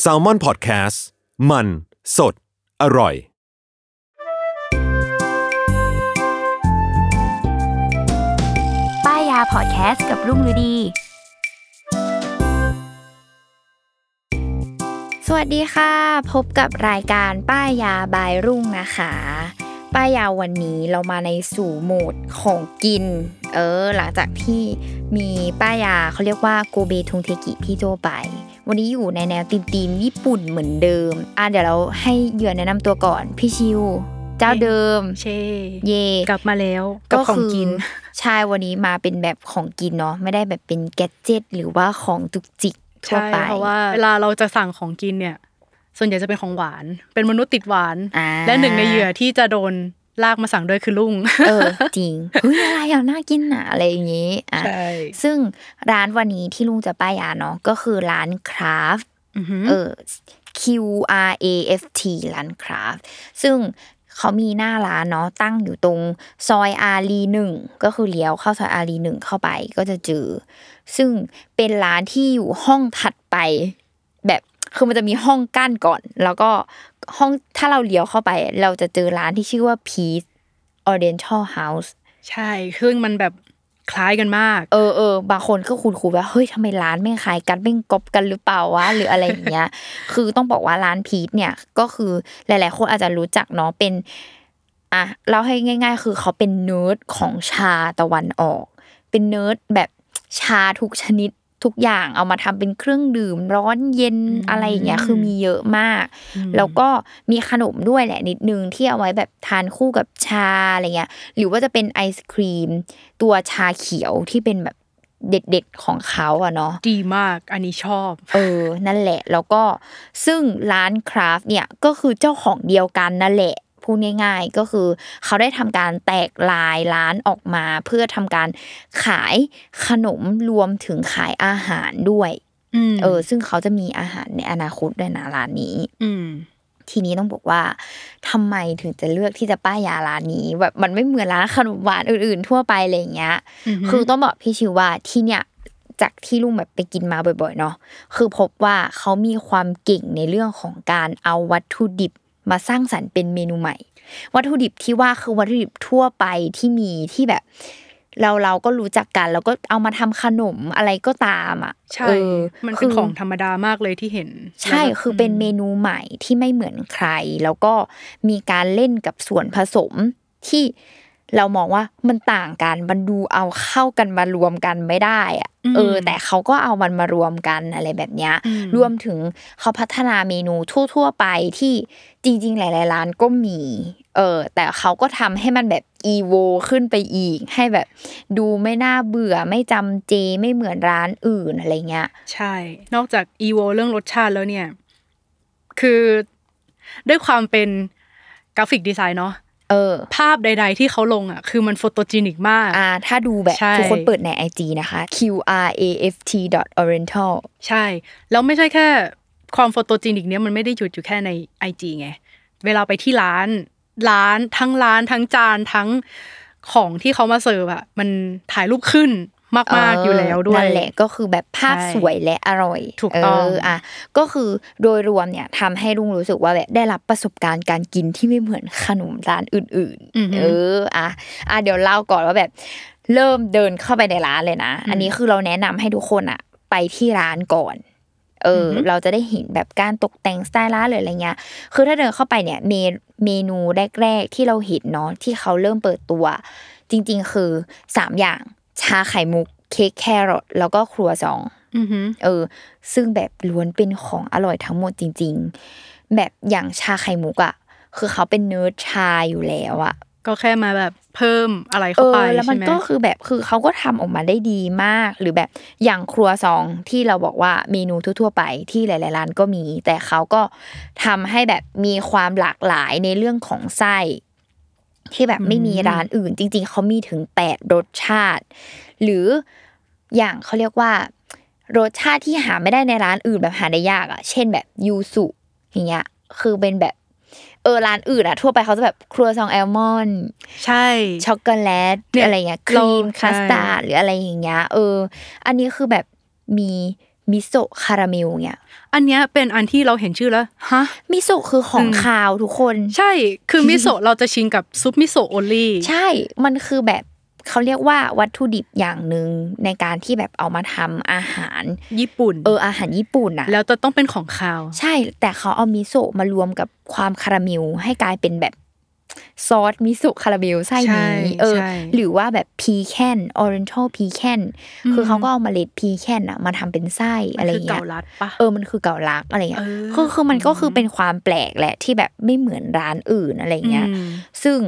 แซลมอนพอดแคสต์มันสดอร่อย ป้ายยาพอดแคสต์กับรุ่งฤดี สวัสดีค่ะ พบกับรายการป้ายยาบายรุ่งนะคะ ป้ายยาวันนี้เรามาในสู่โหมดของกิน เออ หลังจากที่มีป้ายยาเขาเรียกว่าโกเบทงเทกิที่โจไป วันนี้อยู่ในแนวตีมตีมๆญี่ปุ่นเหมือนเดิม อ่ะเดี๋ยวเราให้เหยื่อแนะนำตัวก่อน พี่ชิว เจ้าเดิม เช่ เย่ กลับมาแล้วกับของกิน คือใช่วันนี้มาเป็นแบบของกินเนาะไม่ได้แบบเป็นแกดเจิตหรือว่าของจุกจิกทั่ว ใช่ ไป เพราะว่าเวลาเราจะสั่งของกินเนี่ย ส่วนใหญ่จะเป็นของหวาน เป็นมนุษย์ติดหวาน อ่า และหนึ่งในเหยื่อที่จะโดนลากมาสั่งด้วยคือลุ ง เออ จริงเฮ้ยอะไรอ่ะน่ากินอ่ะอะไรอย่างงี้อ่ะ ใช่ ซึ่งร้านวันนี้ที่ลุงจะป้ายยาเนาะก็คือร้านคราฟ อือหือ เออ Q R A F T ร้านคราฟซึ่งเขามีหน้าร้านเนาะตั้งอยู่ตรงซอยอารีหนึ่งก็คือเลี้ยวเข้าซอยอารีหนึ่งเข้าไปก็จะเจอ ซึ่งเป็นร้านที่อยู่ห้องถัดไป แบบคือมันจะมีห้องกั้นก่อน แล้วก็ห้องถ้าเราเลี้ยวเข้าไป เราจะเจอร้านที่ชื่อว่า Peace Oriental House ใช่ ซึ่งมันแบบคล้ายกันมาก เออเออบางคนก็คุณครูว่าเฮ้ยทำไมร้านไม่ขายกันไม่งกบกันหรือเปล่าวะหรืออะไรอย่างเงี้ย คือต้องบอกว่าร้านพีทเนี่ยก็คือหลาย ๆ คนอาจจะรู้จักเนาะเป็นอ่ะเราให้ง่าย ๆ คือเขาเป็นเนิร์ดของชาตะวันออก เป็นเนิร์ดแบบชาทุกชนิดทุกอย่างเอามาทำเป็นเครื่องดื่มร้อนเย็น อืม อะไรอย่างเงี้ยคือมีเยอะมาก แล้วก็มีขนมด้วยแหละนิดนึงที่เอาไว้แบบทานคู่กับชาอะไรเงี้ย หรือว่าจะเป็นไอศครีม ตัวชาเขียวที่เป็นแบบเด็ดๆของเขาอะเนาะ ดีมากอันนี้ชอบ เออ นั่นแหละ แล้วก็ซึ่งร้านคราฟเนี่ยก็คือเจ้าของเดียวกันนั่นแหละ พูดง่ายๆ ก็คือเขาได้ทำการแตกลายร้านออกมา เพื่อทำการขายขนมรวมถึงขายอาหารด้วย อืม เออ ซึ่งเขาจะมีอาหารในอนาคตด้วยนะร้านนี้ อืม ทีนี้ต้องบอกว่าทำไมถึงจะเลือกที่จะป้ายยาร้านนี้ แบบมันไม่เหมือนร้านขนมหวานอื่นๆ ทั่วไปอะไรอย่างเงี้ย อือฮึ คือต้องบอกพี่ชิวว่าที่เนี่ยจากที่ลุงแบบไปกินมาบ่อยๆเนาะคือพบว่าเขามีความเก่งในเรื่องของการเอาวัตถุดิบมาสร้างสรรค์เป็นเมนูใหม่ วัตถุดิบที่ว่าคือวัตถุดิบทั่วไปที่มีที่แบบ เราเราก็รู้จักกันแล้วก็เอามาทำขนมอะไรก็ตามอ่ะ ใช่ เออ มันเป็น คื ของธรรมดามากเลยที่เห็น ใช่ แล้วแบบ คือเป็นเมนูใหม่ที่ไม่เหมือนใคร แล้วก็มีการเล่นกับส่วนผสมที่เรามองว่ามันต่างกัน มันดูเอาเข้ากันมารวมกันไม่ได้อะเออ แต่เขาก็เอามันมารวมกันอะไรแบบเนี้ย อืม รวมถึงเขาพัฒนาเมนูทั่ว ๆ ไปที่จริง ๆ หลาย ๆ ร้านก็มี เออ แต่เขาก็ทำให้มันแบบอีโวขึ้นไปอีก ให้แบบดูไม่น่าเบื่อไม่จำเจไม่เหมือนร้านอื่นอะไรเงี้ย ใช่ นอกจากอีโวเรื่องรสชาติแล้วเนี่ย คือด้วยความเป็นกราฟิกดีไซน์เนาะ เออ ภาพใด ๆ ที่เขาลงอ่ะ คือมันโฟโตจีนิกมาก อ่าถ้าดูแบบ ใช่ ทุกคนเปิดใน IG นะคะ qraft oriental ใช่ แล้วไม่ใช่แค่ความโฟโตจีนิกเนี้ยมันไม่ได้หยุดอยู่แค่ใน IG ไง เวลาไปที่ร้านร้านทั้งร้านทั้งจานทั้งของที่เขามาเสิร์ฟอ่ะ มันถ่ายรูปขึ้นมาก ๆ อยู่แล้วด้วย นั่นแหละก็คือแบบภาพ ใช่ สวยและอร่อย ถูกต้อง เอ่ะก็คือโดยรวมเนี่ยทำให้ลุงรู้สึกว่าแบบได้รับประสบการณ์การกินที่ไม่เหมือนขนมร้านอื่น อือ ๆ หื เอ อ ออ่ะอ่ะเดี๋ยวเล่าก่อนว่าแบบเริ่มเดินเข้าไปในร้านเลยนะ อันนี้คือเราแนะนำให้ทุกคนอ่ะ ไปที่ร้านก่อน เอออเราจะได้เห็นแบบการตกแต่งสไตล์ร้านหรืออะไรเงี้ย คือถ้าเดินเข้าไปเนี่ยเมนเมนูแรก ๆ ที่เราเห็นเนาะที่เขาเริ่มเปิดตัว จริง ๆ คือสามอย่างชาไข่มุกเค้กแครอทแล้วก็ครัวซอง อือหือ เออ ซึ่งแบบล้วนเป็นของอร่อยทั้งหมดจริง ๆ แบบอย่างชาไข่มุกอะคือเขาเป็นเนื้อชาอยู่แล้วอะ ก็แค่มาแบบเพิ่มอะไร เอ เข้าไป อแล้วมั ใช่ น ไหม ก็คือแบบคือเขาก็ทำออกมาได้ดีมาก หรือแบบอย่างครัวซองที่เราบอกว่าเมนูทั่วๆไปที่หลายๆร้านก็มี แต่เขาก็ทำให้แบบมีความหลากหลายในเรื่องของไส้ ที่แบบไม่มีร้านอื่น จริง ๆเขามีถึงแปดรสชาติ หรืออย่างเขาเรียกว่า รสชาติที่หาไม่ได้ในร้านอื่นแบบหาได้ยากอ่ะ เช่นแบบยูสุอย่างเงี้ยคือเป็นแบบเออร้านอื่นอ่ะ ทั่วไปเขาจะแบบครัวซองแอลมอน ใช่ ช็อกโกแลต เนี่ย อะไรเงี้ยค เรา รีม ใช่ คัสตาร์ดหรืออะไรอย่างเงี้ยเออ อันนี้คือแบบมีมิโซะคาราเมลเงี้ย อันเนี้ยเป็นอันที่เราเห็นชื่อแล้วฮะ มิโซะคือของ อืม คาวทุกคน ใช่ คือมิโซะ เราจะชินกับซุปมิโซะโอลี่ ใช่ มันคือแบบเขาเรียกว่าวัตถุดิบอย่างหนึ่งในการที่แบบเอามาทำอาหาร ญี่ปุ่น เอออาหารญี่ปุ่นอะ แล้วจะต้องเป็นของคาว ใช่แต่เขาเอามิโซะมารวมกับความคาราเมลให้กลายเป็นแบบซอสมิโซะคาราเมลไส้นี้ ใช่ เออ ใช่ หรือว่าแบบพีแคนออเรนทัลพีแคนคือเขาก็เอาเมล็ดพีแคนอะมาทำเป็นไส้ มั อะไร น อ คื ย่าง เกา เงี้ย ลัดปะ เออ มันคือเก่าลักอะไรเงี้ย เออ คือคือมันก็คือเป็นความแปลกแหละที่แบบไม่เหมือนร้านอื่นอะไรเงี้ย อืม ซึ่ง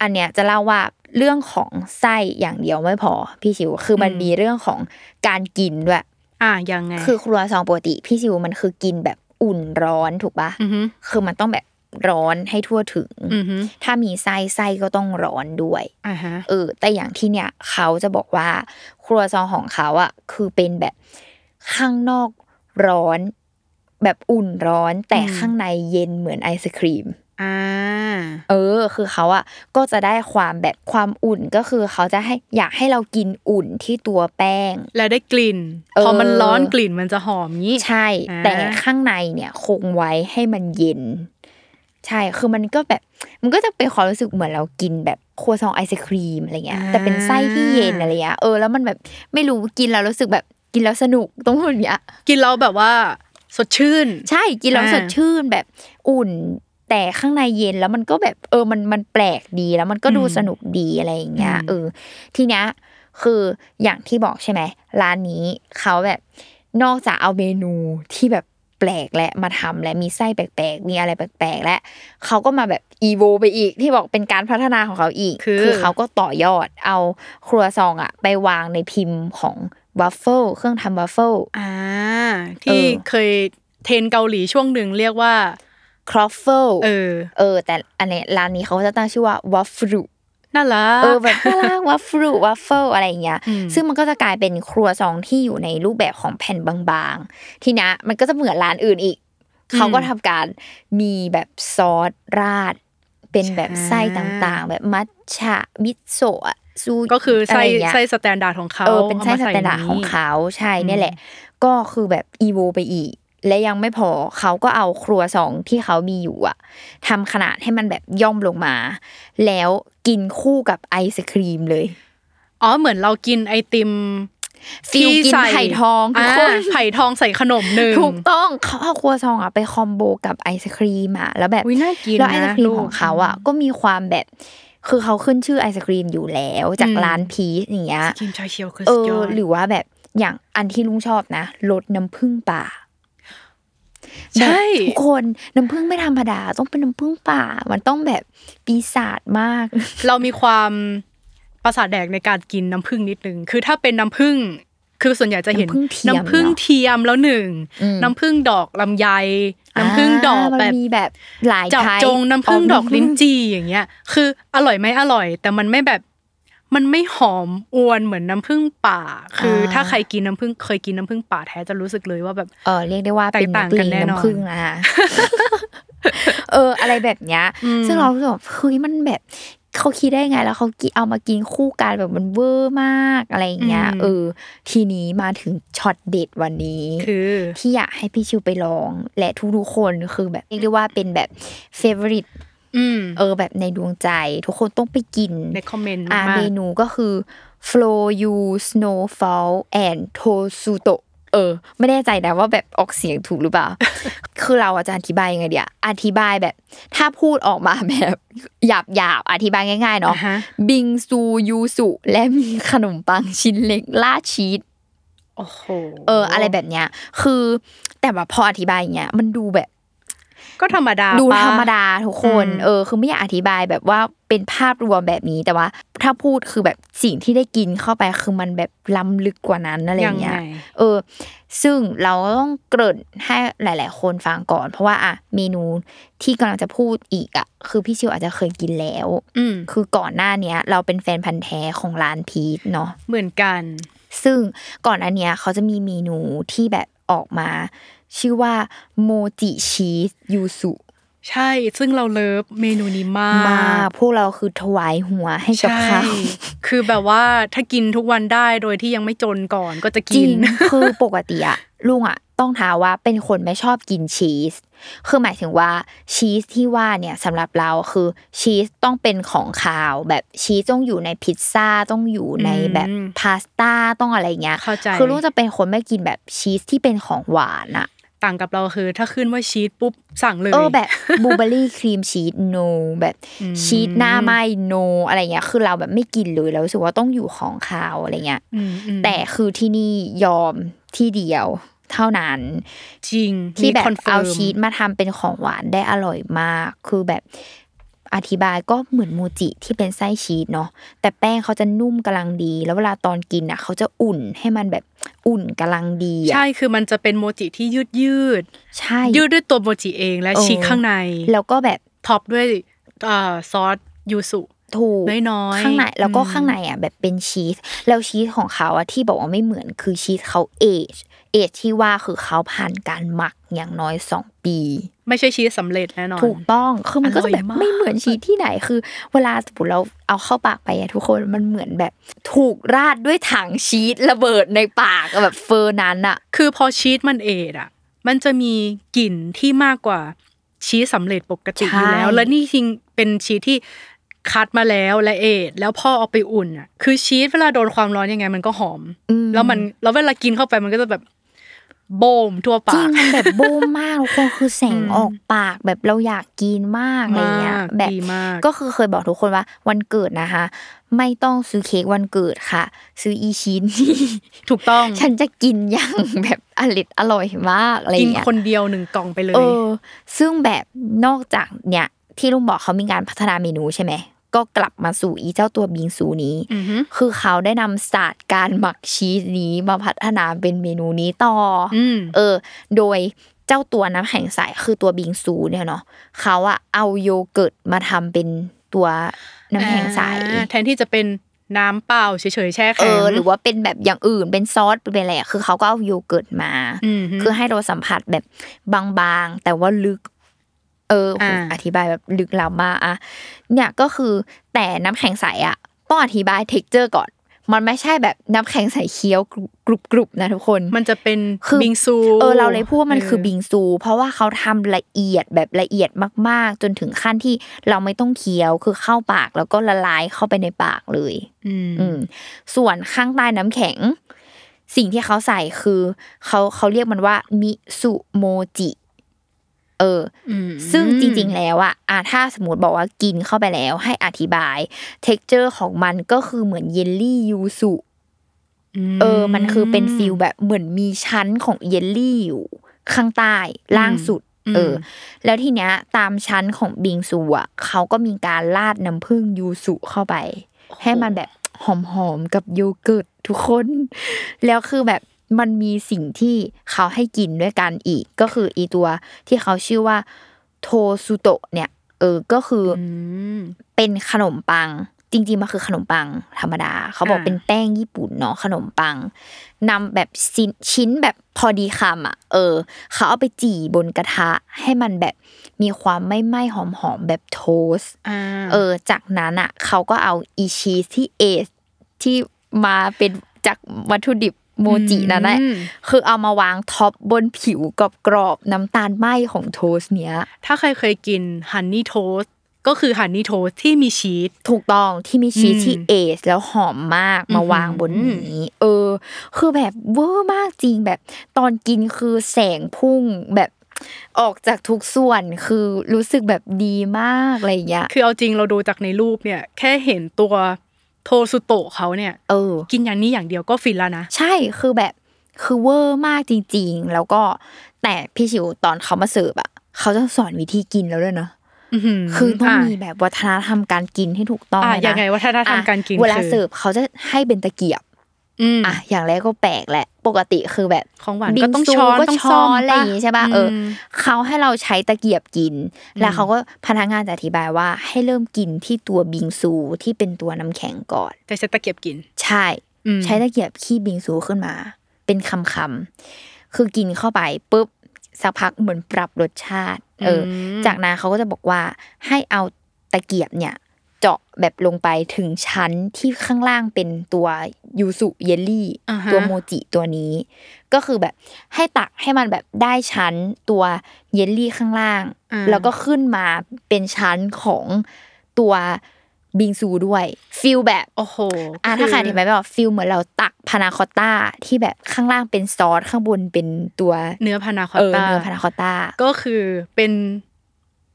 อันเนี้ยจะเล่าว่าเรื่องของไส้อย่างเดียวไม่พอพี่ชิว คือมันมีเรื่องของการกินด้วย อ่ะยังไง คือครัวซองปกติพี่ชิวมันคือกินแบบอุ่นร้อนถูกปะ อือฮึ คือมันต้องแบบร้อนให้ทั่วถึง อือฮึ ถ้ามีไส้ไส้ก็ต้องร้อนด้วย อ่าฮะ เออแต่อย่างที่เนี่ยเขาจะบอกว่า ครัวซองของเขาอ่ะคือเป็นแบบข้างนอกร้อน แบบอุ่นร้อน แต่ข้างในเย็นเหมือนไอศครีม อ่า เออ คือเขาอ่ะก็จะได้ความแบบความอุ่นก็คือเขาจะให้อยากให้เรากินอุ่นที่ตัวแป้ง แล้วได้กลิ่น เออ พอมันร้อนกลิ่นมันจะหอมงี้ ใช่ อ่า แต่ข้างในเนี่ยคงไว้ให้มันเย็น ใช่ คือมันก็แบบ มันก็จะเป็นความรู้สึกเหมือนเรากินแบบครัวซองไอศครีมอะไรเงี้ย แต่เป็นไส้ที่เย็นอะไรเงี้ย เออ แล้วมันแบบไม่รู้กินแล้วรู้สึกแบบกินแล้วสนุกตรงพูดอย่างเงี้ย กินแล้วแบบว่าสดชื่น ใช่ กินแล้ว อ่า สดชื่นแบบอุ่น แต่ข้างในเย็นแล้วมันก็แบบเออ มันมันแปลกดีแล้วมันก็ดูสนุกดีอะไรอย่างเงี้ยเออ ทีเนี้ยคืออย่างที่บอกใช่ไหมร้านนี้เขาแบบนอกจากเอาเมนูที่แบบแปลกและมาทำและมีไส้แปลกๆ มีอะไรแปลกๆ และเขาก็มาแบบอีโวไปอีกที่บอกเป็นการพัฒนาของเขาอีก คือ เขาก็ต่อยอดเอาครัวซองอะไปวางในพิมพ์ของวัฟเฟิลเครื่องทำวัฟเฟิล อ่า เอ ที่ อ เคยเทรนเกาหลีช่วงหนึ่งเรียกว่า ครอฟเฟิล เออ เออแต่อันเนี้ยร้านนี้เขาก็จะตั้งชื่อว่าวัฟฟรุ น่ารัก เออแบบน่ารักวัฟฟรุวัฟเฟิลอะไรอย่างเงี้ยซึ่งมันก็จะกลายเป็นครัวซองที่อยู่ในรูปแบบของแผ่นบางๆ ทีเนี้ยมันก็จะเหมือนร้านอื่นอีก เขาก็ทำการมีแบบซอสราด เป็นแบบไส้ต่างๆ แบบมัทฉะมิโซะซู ก็คือไส้ ะรย่างเงี้ย ไส้สแตนดาร์ดของเขา เออเป็นไส้ อา ส มา แตนดาร์ด ในี้ ของเขาใช่เนี่ยแหละ ก็คือแบบอีโวไปอีก และยังไม่พอเขาก็เอาครัวซองที่เขามีอยู่อะทำขนาดให้มันแบบย่อมลงมา แล้วกินคู่กับไอศครีมเลย อ๋อเหมือนเรากินไอติม ฟิล ที่ กิน ใส่ ไผ่ทองทุก า คน ไผ่ทองใส่ขนมหนึ่ง ถูกต้องเขาเอาครัวซองอะไปคอมโบกับไอศครีมอะแล้วแบบ อุ๊ยน่ากิน แล้วไอศครีม นะลูก ของเขาอะก็มีความแบบ คือเขาขึ้นชื่อไอศครีมอยู่แล้ว จากร้านพีชอย่างเงี้ย กินชาเขียวคือ เอ สุดย อ อด หรือว่าแบบอย่างอันที่ลุงชอบนะรสน้ำผึ้งป่า ใช่ แบบทุกคนน้ำผึ้งไม่ธรรมดา ต้องเป็นน้ำผึ้งป่า มันต้องแบบปีศาจมาก เรามีความประสาทแดกในการกินน้ำผึ้งนิดนึง คือถ้าเป็นน้ำผึ้ง คือส่วนใหญ่จะเห็น น้ำผึ้งเทียม ผึ้ง เนอะ เทียมแล้วหนึ่ง น้ำผึ้งดอกลำไย น้ำผึ้งดอก อ่ามัน แบบ มีแบบหลาย จับ ไทป์ จงน้ำผึ้งดอก ำผึ้ ลิ้นจี่อย่างเงี้ย คืออร่อยไหมอร่อย แต่มันไม่แบบมันไม่หอมอวนเหมือนน้ำผึ้งป่า คืออา ถ้าใครกินน้ำผึ้งเคยกินน้ำผึ้งป่าแท้จะรู้สึกเลยว่าแบบ เออเรียกได้ว่าเป็น แตกต่างกันแน่นอน น้ำผึ้งนะคะ เออ อะไรแบบเนี้ย ซึ่งเรารู้สึกว่าเฮ้ยมันแบบเขาคิดได้ไงแล้วเขากินเอามากินคู่กันแบบมันเวอร์มากอะไรอย่างเงี้ยเออ ทีนี้มาถึงช็อตเด็ดวันนี้ คือ ที่อยากให้พี่ชิวไปลอง และทุกๆคนคือแบบเรียกได้ว่าเป็นแบบเฟเวอริต อืม เออแบบในดวงใจ ทุกคนต้องไปกิน ในคอมเมนต์ อ่ะ มา เม ก นูก็คือ flow you snowfall and tosuto เออ ไม่แน่ใจนะว่าแบบออกเสียงถูกหรือเปล่า คือเราอาจจะอธิบายยังไงเดียอธิบายแบบ ถ้าพูดออกมาแบบ หยาบหยาบๆอธิบายง่ายๆเนาะ อ่าฮะ บิงซูยูสุและมีขนมปังชิ้นเล็กล่าดชีส โอ้โห เอออะไรแบบเนี้ย คือแต่ว่าพออธิบายอย่างเงี้ยมันดูแบบ ก็ธรรมดา ดู ปะ ธรรมดาทุกคน อืม เออ คือไม่อยากอธิบายแบบว่าเป็นภาพรวมแบบนี้แต่ว่า ถ้าพูดคือแบบสิ่งที่ได้กินเข้าไปคือมันแบบล้ำลึกกว่านั้นอะไรอย่างเงี้ย ไ เออ ซึ่งเราก็ต้องเกริ่นให้หลาย ๆ คนฟังก่อน เพราะว่าอ่ะเมนูที่กำลังจะพูดอีกอ่ะคือพี่ชิวอาจจะเคยกินแล้ว อืม คือก่อนหน้าเนี้ย เราเป็นแฟนพันธ์แท้ของร้านพีทเนาะ เหมือนกัน ซึ่งก่อนอันเนี้ยเขาจะมีเมนูที่แบบออกมา ชื่อว่าโมจิชีสยูสุ ใช่ซึ่งเราเลิฟเมนูนี้มาก มาพวกเราคือถวายหัวให้กับ ใช่ เขา คือแบบว่าถ้ากินทุกวันได้โดยที่ยังไม่จนก่อนก็จะ จ กิ ริ น ง คือปกติอะลุงอะต้องท้าว่าเป็นคนไม่ชอบกินชีสคือหมายถึงว่าชีสที่ว่าเนี่ยสำหรับเราคือชีสต้องเป็นของคาว แบบชีสต้องอยู่ในพิซซ่าต้องอยู่ในแบบ อืม พาสต้าต้องอะไรเงี้ย เข้าใจ คือลุงจะเป็นคนไม่กินแบบชีสที่เป็นของหวานอะ ต่างกับเราคือ ถ้าขึ้นว่าชีสปุ๊บสั่งเลย เออแบบบลูเบอรี่ครีมชีสโนแบบ อืม ชีสหน้าไหมโนอะไรเงี้ยคือเราแบบไม่กินเลยเรารู้สึกว่าต้องอยู่ของคาวอะไรเงี้ย อืมอืม แต่คือที่นี่ยอมที่เดียวเท่านั้น จริง ที่แบบ มีคอนฟิร์ม เอาชีสมาทำเป็นของหวานได้อร่อยมาก คือแบบอธิบายก็เหมือนมูจิที่เป็นไส้ชีสเนาะแต่แป้งเขาจะนุ่มกำลังดี แล้วเวลาตอนกินอ่ะเขาจะอุ่นให้มันแบบอุ่นกำลังดีอะ ใช่ คือมันจะเป็นโมจิที่ยืดยืด ใช่ ยืดด้วยตัวโมจิเองและ เออ ชีสข้างใน แล้วก็แบบ ท็อปด้วยเอ่อซอสยูสุ ถูก น้อยๆ ข้างในแล้วก็ อืม ข้างในอ่ะแบบเป็นชีสแล้วชีสของเขาอ่ะที่บอกว่าไม่เหมือนคือชีสเขาเอจเอจที่ว่าคือเขาผ่านการหมักอย่างน้อยสองปี ไม่ใช่ชีสสำเร็จแน่นอน ถูกต้องคือมันก็ อร่ จะ อย แบบ มาก ไม่เหมือนชีสที่ไหนคือ เวลาสมมติเราเอาเข้าปากไปอ่ะทุกคนมันเหมือนแบบ ถูกราดด้วยถังชีสระเบิดในปากอะแบบเฟอร์นั้นอ่ะ คือพอชีสมันเอดอ่ะ มันจะมีกลิ่นที่มากกว่าชีสสำเร็จปกติ ใช่ อยู่แล้ว และนี่ทิ้งเป็นชีสที่คัดมาแล้วและเอดแล้วพอเอาไปอุ่นอ่ะ คือชีสเวลาโดนความร้อนยังไงมันก็หอม อืม แล้วมันแล้วเวลากินเข้าไปมันก็จะแบบโบมทั่ว จริ ปาง ก มันแบบบูมมากทุกคนคือแสงออกปากแบบเราอยากกินมากอะไรเงี้ย มาก แบบ ดีมาก ก็คือเคยบอกทุกคนว่าวันเกิดนะคะ ไม่ต้องซื้อเค้กวันเกิดค่ะ ซื้ออีชิ้น ถูกต้อง ฉันจะกินอย่างแบบอร่อยอร่อยมากอะไร กิน เงี้ย คนเดียวหนึ่งกล่องไปเล เอย อ ซึ่งแบบนอกจากเนี่ย ที่ลุงบอกเขามีการพัฒนาเมนูใช่ไหมก็กลับมาสู่อีเจ้าตัวบิงซูนี้ อือฮึ คือเขาได้นำศาสตร์การหมักชีสนี้มาพัฒนาเป็นเมนูนี้ต่ออ อืม เออ โดยเจ้าตัวน้ำแข็งใสคือตัวบิงซูเนี่ยเนาะเขาอะเอาโยเกิร์ตมาทำเป็นตัวน้ำแข็งใส อ่าแทนที่จะเป็นน้ำเปล่าเฉยๆแช่ เอ แข็ง อ หรือว่าเป็นแบบอย่างอื่นเป็นซอสเป็นอะไรอะคือเขาก็เอาโยเกิร์ตมา มฮึ คือให้เราสัมผัสแบบบางๆ แต่ว่าลึก เออโห อ่า อธิบายแบบลึกล้ำมากอะเนี่ยก็คือแต่น้ำแข็งใสอะต้องอธิบายเท็กเจอร์ก่อน มันไม่ใช่แบบน้ำแข็งใสเคี้ยวกรุบๆนะทุกคน มันจะเป็น คือ บิงซู เออเราเลยพูดว่ามันคือ เ บิงซู เพราะว่าเขาทำละเอียดแบบละเอียดมากๆ จนถึงขั้นที่เราไม่ต้องเคี้ยวคือเข้าปากแล้วก็ละลายเข้าไปในปากเลย อืม อืมส่วนข้างใต้น้ำแข็ง สิ่งที่เขาใส่คือเขาเขาเรียกมันว่ามิสุโมจิเออ อืม ซึ่งจริงๆ แล้วอะอ่ะถ้าสมมติบอกว่ากินเข้าไปแล้วให้อธิบาย เท็กเจอร์ของมันก็คือเหมือนเยลลี่ยูสุ เออ มันคือเป็นฟิลแบบเหมือนมีชั้นของเยลลี่อยู่ข้างใต้ล่างสุด เออ แล้วทีเนี้ยตามชั้นของบิงซูอ่ะเขาก็มีการราดน้ำผึ้งยูสุเข้าไป ให้มันแบบหอมๆ กับโยเกิร์ตทุกคน แล้วคือแบบมันมีสิ่งที่เขาให้กินด้วยกันอีก ก็คืออีตัวที่เขาชื่อว่าโทซุโตะเนี่ย เออ ก็คืออ อืม เป็นขนมปัง จริงๆมันคือขนมปังธรรมดา เขาบอก อ่า เป็นแป้งญี่ปุ่นเนาะขนมปังนำแบบชิ้นชิ้นแบบพอดีคำอ่ะ เออ เขาเอาไปจี่บนกระทะ ให้มันแบบมีความไม่ไหม้หอมๆ แบบโทสต์ อ่า เออ จากนั้นอ่ะ เขาก็เอาอีชีสที่เอสที่มาเป็นจากวัตถุดิบโมจินั่นแหละ อืม คือเอามาวางท็อปบนผิวกรอบๆน้ำตาลไหมของโทสต์เนี้ย ถ้าใครเคยกินฮันนี่โทส ก็คือฮันนี่โทสที่มีชีส ถูกต้องที่มีชีส อืม ที่เอสแล้วหอมมากมาวางบน อืม นี้ เออ คือแบบเวอร์มากจริงแบบตอนกินคือแสงพุ่งแบบออกจากทุกส่วนคือรู้สึกแบบดีมากอะไรอย่างเงี้ย คือเอาจริงเราดูจากในรูปเนี่ย แค่เห็นตัวโทสุโตะเขาเนี่ย เออ กินอย่างนี้อย่างเดียวก็ฟินแล้วนะ ใช่คือแบบคือเวอร์มากจริง ๆ แล้วก็แต่พี่ชิวตอนเขามาเสิร์ฟอ่ะเขาจะสอนวิธีกินแล้วด้วยนะ อื้อหื คือต้อง ะ มีแบบวัฒนธรรมการกินให้ถูกต้อง อ่ะ เลนะ ยังไงวัฒนธรรม อ่ะ การกิน เวลา คือ เสิร์ฟเขาจะให้เป็นตะเกียบ อืม อ่ะอย่างแรกก็แปลกแหละ ปกติคือแบบ ของหวาน บิ ก็ต้องช้อน ซูก็ ต้อง ช้ ซ่ อ อม นอะไรอย่างงี้ใช่ป่ะเอออ ม เขาให้เราใช้ตะเกียบกิน แล้ว อืม เขาก็พนักงานจะอธิบายว่าให้เริ่มกินที่ตัวบิงซูที่เป็นตัวน้ำแข็งก่อน แต่ใช้ตะเกียบกิน ใช่ อืม ใช้ตะเกียบขี้บิงซูขึ้นมา เป็นคำคำๆคือกินเข้าไปปุ๊บสักพักเหมือนปรับรสชาติ เอออ ม จากนั้นเขาก็จะบอกว่าให้เอาตะเกียบเนี่ย เจาะแบบลงไปถึงชั้นที่ข้างล่างเป็นตัวยูสุเยลลี่ อ่าฮะ ตัวโมจิตัวนี้ ก็คือแบบให้ตักให้มันแบบได้ชั้นตัวเยลลี่ข้างล่าง อ่า แล้วก็ขึ้นมาเป็นชั้นของตัวบิงซูด้วยฟิลแบบ โอ้โห อ่ะ คื ถ้าขายดีไหมแบบฟิลเหมือนเราตักพานาคอตต้าที่แบบข้างล่างเป็นซอสข้างบนเป็นตัว เนื้อพานาคอ เอ ต อ ตา เนื้อพานาคอตต้า ก็คือเป็น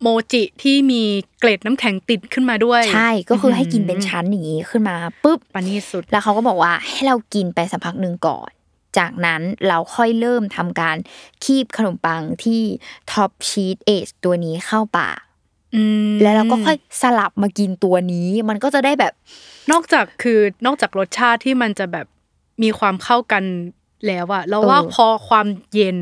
โมจิที่มีเกล็ดน้ำแข็งติดขึ้นมาด้วย ใช่ก็คือให้กินเป็นชั้นอย่างนี้ขึ้นมาปุ๊บ ปานีสุด แล้วเขาก็บอกว่าให้เรากินไปสักพักหนึ่งก่อน จากนั้นเราค่อยเริ่มทำการคีบขนมปังที่ท็อปชีสเอชตัวนี้เข้าปาก อืม แล้วเราก็ค่อยสลับมากินตัวนี้ มันก็จะได้แบบ นอกจากคือนอกจากรสชาติที่มันจะแบบมีความเข้ากันแล้วอะเราว่า เออ พอความเย็น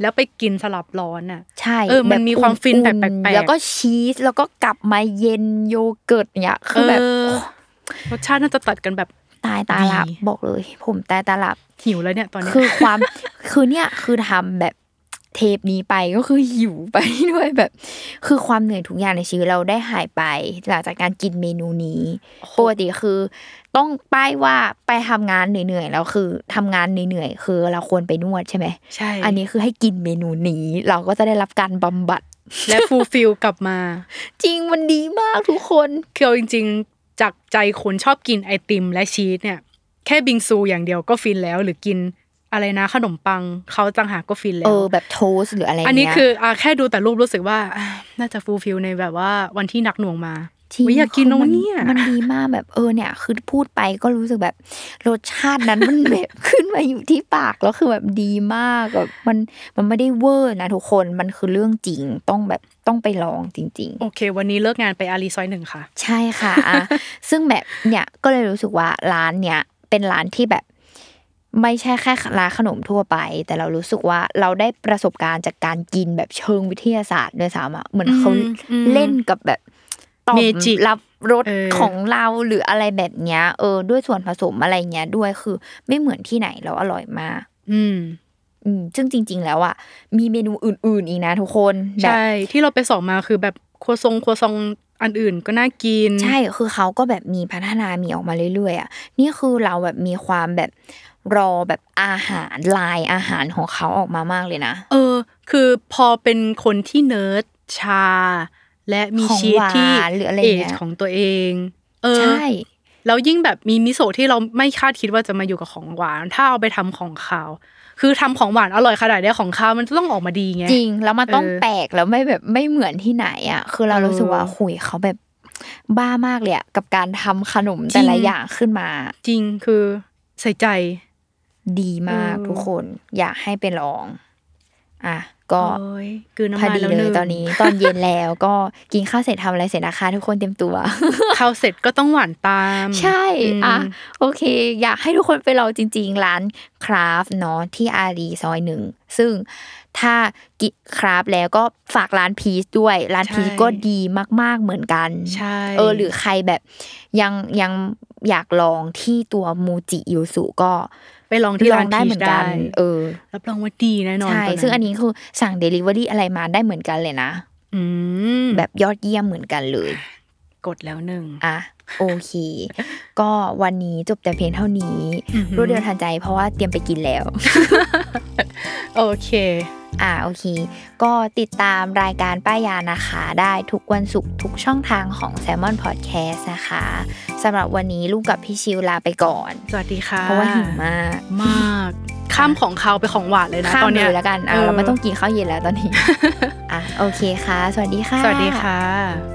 แล้วไปกินสลับร้อนอะ ใช่ เออมัน บบ มีความฟิน อุ่ แปลกๆ แล้วก็ชีสแล้วก็กลับมาเย็นโยเกิร์ตเนี่ยคือแบบ เรสชาติน่าจะตัดกันแบบ ตายตาหลับ ดี บอกเลย ผมตายตาหลับ หิวแล้วเนี่ยตอนเนี้ย คือความ คือเนี่ยคือทำแบบเทปนี้ไปก็คือหิวไปด้วยแบบ คือความเหนื่อยทุกอย่างในชีวิตเราได้หายไปหลังจากการกินเมนูนี้ปกติคือ ต้องป้ายว่าไปทำงานเหนื่อยๆแล้วคือทำงานเหนื่อยๆคือเราควรไปนวดใช่ไหม ใช่ อันนี้คือให้กินเมนูนี้ เราก็จะได้รับการบำบัด และฟูลฟิลกลับมา จริงมันดีมากทุกคน คือเอาจริง ๆ จากใจคนชอบกินไอติมและชีสเนี่ย แค่บิงซูอย่างเดียวก็ฟินแล้วหรือกินอะไรนะขนมปังเขาต่างหากก็ฟินแล้ เอ ว อแบบโทสต์หรืออะไร อันนี้ เงี้ย คืออ่ะแค่ดูแต่รูปรู้สึกว่าอ่ะน่าจะฟูลฟิลในแบบว่าวันที่หนักหน่วงมา จริง อุ๊ยอยากกิน คือมั แล้วเนี่ย มันดีมากแบบเออเนี่ย คือพูดไปก็รู้สึกแบบรสชาตินั้น มันแบบ ขึ้นมาอยู่ที่ปากแล้วคือแบบดีมากแบบมันมันไม่ได้เวอร์นะทุกคนมันคือเรื่องจริงต้องแบบต้องไปลองจริง โอเค วันนี้เลิกงานไปอารีซอยหนึ่งค่ะ ๆ ใช่ค่ะอ่ะ ซึ่งแบบเนี่ยก็เลยรู้สึกว่าร้านเนี่ยเป็นร้านที่แบบ ไม่ใช่แค่ร้านขนมทั่วไป แต่เรารู้สึกว่าเราได้ประสบการณ์จากการกินแบบเชิงวิทยาศาสตร์ด้วยซ้ำอะเหมือนเขา อืมอืม เล่นกับแบบตอบ เมจิก รับรส เออ ของเราหรืออะไรแบบเนี้ยเออด้วยส่วนผสมอะไรเงี้ยด้วยคือไม่เหมือนที่ไหนแล้วอร่อยมาก อืม อืมซึ่งจริง ๆ แล้วอ่ะมีเมนูอื่น ๆ อีกนะทุกคนแบบ ใช่ที่เราไปสองมาคือแบบครัวซองครัวซองอันอื่นก็น่ากิน ใช่คือเขาก็แบบมีพัฒนามีออกมาเรื่อยๆอ่ะนี่คือเราแบบมีความแบบรอแบบอาหารลายอาหารของเขาออกมามากเลยนะ เออ คือพอเป็นคนที่เนิร์ดชา และมี ของ ชี ห ส วาน ที่ หรืออะไรเงี้ย จของตัวเอง เออ ใช่ แล้วยิ่งแบบมีมิโซะที่เราไม่คาดคิดว่าจะมาอยู่กับของหวาน ถ้าเอาไปทำของคาว คือทำของหวานอร่อยขนาดเนี้ยของคาวมันจะต้องออกมาดีไง จริงแล้วมันต้อง เออ แปลกแล้วไม่แบบไม่เหมือนที่ไหนอ่ะคือเรา เออ รู้สึกว่าหุยเขาแบบบ้ามากเลยอ่ะกับการทำขนมแต่ละ จริง อย่างขึ้นมา จริงคือใส่ใจ ดีมาก เออ ทุกคนอยากให้ไปลอง อ่ะ ก็ โอ้ยกลืนน้ำ พอ ลาย ดี แล้ว เล ห ย นึ่ง ตอนนี้ ตอนเย็นแล้วก็กินข้าวเสร็จทำอะไรเสร็จนะคะทุกคนเต็มตัว ข้าว เสร็จก็ต้องหวานตาม ใช่ ม อ่ะ โอเค อยากให้ทุกคนไปลองจริง ๆ ร้านคราฟเนาะที่อารีซอยหนึ่ง ซึ่งถ้ากิคราฟแล้วก็ฝากร้านพีซด้วย ร้านพีซก็ดีมาก ๆ เหมือนกัน ใช่ เออหรือใครแบบยังยังอยากลองที่ตัวมูจิยูสุก็ ไปลองที่ ลอ ร้าง น ได้ พี เห ช มือนกั ได้ น เออ รับรองว่าดีแน่นอน ใช่ ตัว ซึ่งอันนี้คือสั่ง Delivery อะไรมาได้เหมือนกันเลยนะ อืม แบบยอดเยี่ยมเหมือนกันเลย กดแล้วหนึ่ง อ่ะ โอเค ก็วันนี้จบแต่เพียงเท่านี้ อือหือ รู้เดียวทันใจเพราะว่าเตรียมไปกินแล้ว โอเค อ่าโอเค ก็ติดตามรายการป้ายานะคะ ได้ทุกวันศุกร์ทุกช่องทางของ s ซ l m o n Podcast นะคะสำหรับวันนี้ลูกกับพี่ชิวลาไปก่อน สวัสดีค่ะ เพราะว่าหิวมาก มากข้ามของเขาวไปของหวานเลยนะ ข้า ต ม อน เล เนี้ย ย แล้วกันอ่ะเราไม่ต้องกินข้าวเย็นแล้วตอนนี้ อ่ะโอเคค่ะ สวัสดีค่ะ สวัสดีค่ะ